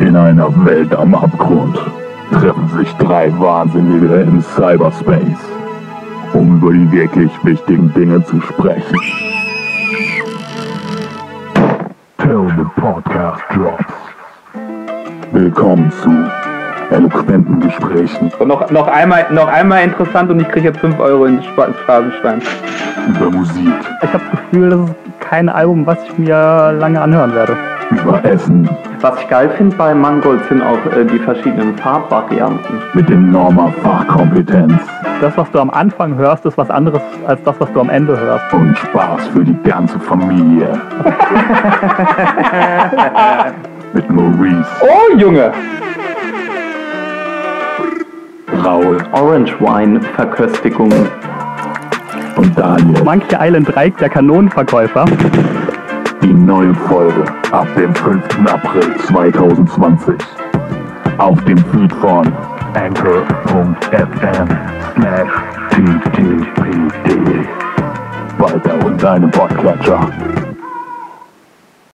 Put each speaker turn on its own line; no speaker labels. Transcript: In einer Welt am Abgrund treffen sich drei Wahnsinnige im Cyberspace, um über die wirklich wichtigen Dinge zu sprechen. Till the Podcast Drops. Willkommen zu eloquenten Gesprächen
Und noch, noch, einmal, noch einmal interessant und ich kriege jetzt 5 Euro ins Spa- ins Phrasenschwein.
über Musik,
Ich habe das Gefühl, das ist kein Album, was ich mir lange anhören werde.
über Essen,
Was ich geil finde bei Mangold sind auch äh, die verschiedenen Farbvarianten.
mit enormer Fachkompetenz
Das, was du am Anfang hörst, ist was anderes als das, was du am Ende hörst.
und Spaß für die ganze Familie. mit Maurice,
Oh Junge!
Raul
Orange Wine Verköstigung.
und Daniel.
Monkey Island 3, der Kanonenverkäufer.
Die neue Folge ab dem 5. April 2020 auf dem Feed von anchor.fm slash ttpd. Weiter und deine Podcatcher.